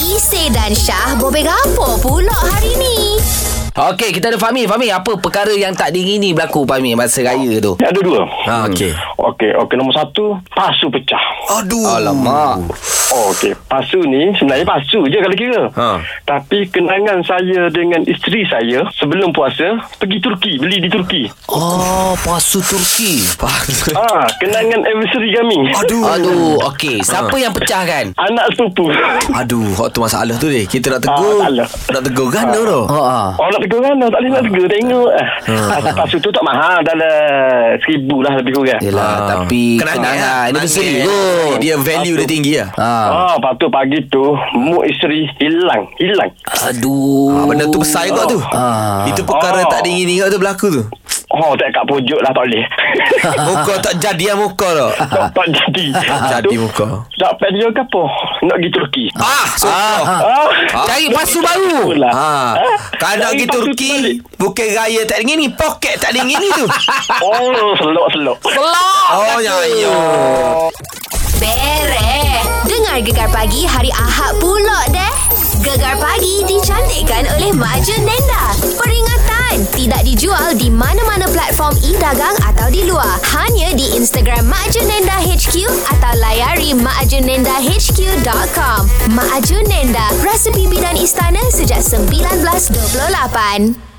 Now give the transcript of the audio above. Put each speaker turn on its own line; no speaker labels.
Isi dan Syah bobek apa pula hari ni?
Okey, kita ada Fahmi. Fahmi, apa perkara yang tak diingini berlaku Fahmi masa raya tu?
Ada dua.
Ha, okey.
Okey, okey. Nombor satu, pasu pecah.
Aduh.
Alamak.
Oh, okey. Pasu ni, sebenarnya pasu je kalau kira.
Ha.
Tapi kenangan saya dengan isteri saya sebelum puasa, pergi Turki, beli di Turki.
Ah,
Oh, pasu Turki.
ah, kenangan anniversary kami.
Aduh.
Aduh, okey.
Ha.
Siapa yang kan? pecahkan?
Anak sepupu.
Ah. Aduh, hak tu masalah tu deh. Kita nak
Ah,
tegur.
tak lah.
nak tegur kan tu.
Ha ah.
Oh nak tegur kan Tak boleh nak tegur Tengok
Ha.
ah, Pasu tu tak mahal Dah lah Seribu lah lebih kurang
Yelah,
Ah.
tapi
Kenangan,
kenangan.
kenangan.
Anniversary tu.
Oh, dia value dia tinggi lah.
Ha.
Ah, lepas tu pagi tu Mood isteri hilang Hilang
Aduh.
Ah, benda tu besar juga tu.
Ah.
Itu perkara
Oh.
tak diingini juga tu berlaku tu.
Oh tak kat pojok lah tak boleh
Muka tak jadi lah muka tu.
tak, tak jadi
Ha, Jadi
Tu,
muka.
Tak video ke apa Nak pergi Turki
Ah, so,
Ah.
Ah,
Ha.
Cari
nak
pasu
pergi
baru.
Turki pula.
Ah,
Ah,
kalau
cari
pergi
pasu
Turki,
balik.
bukan raya tak dingin ni, poket tak dingin ni tu.
Oh selok-selok
Pelak.
Oh, ya, ya.
Bereh. Dengar Gegar Pagi hari Ahad pula deh. Gegar Pagi dicantikkan oleh Maju Nenda. Peringatan, tidak dijual di mana-mana platform e-dagang atau di luar. Hanya di Instagram Maju Nenda HQ atau layari majunendahq.com. Maju Nenda, resepi bidan istana sejak 1928.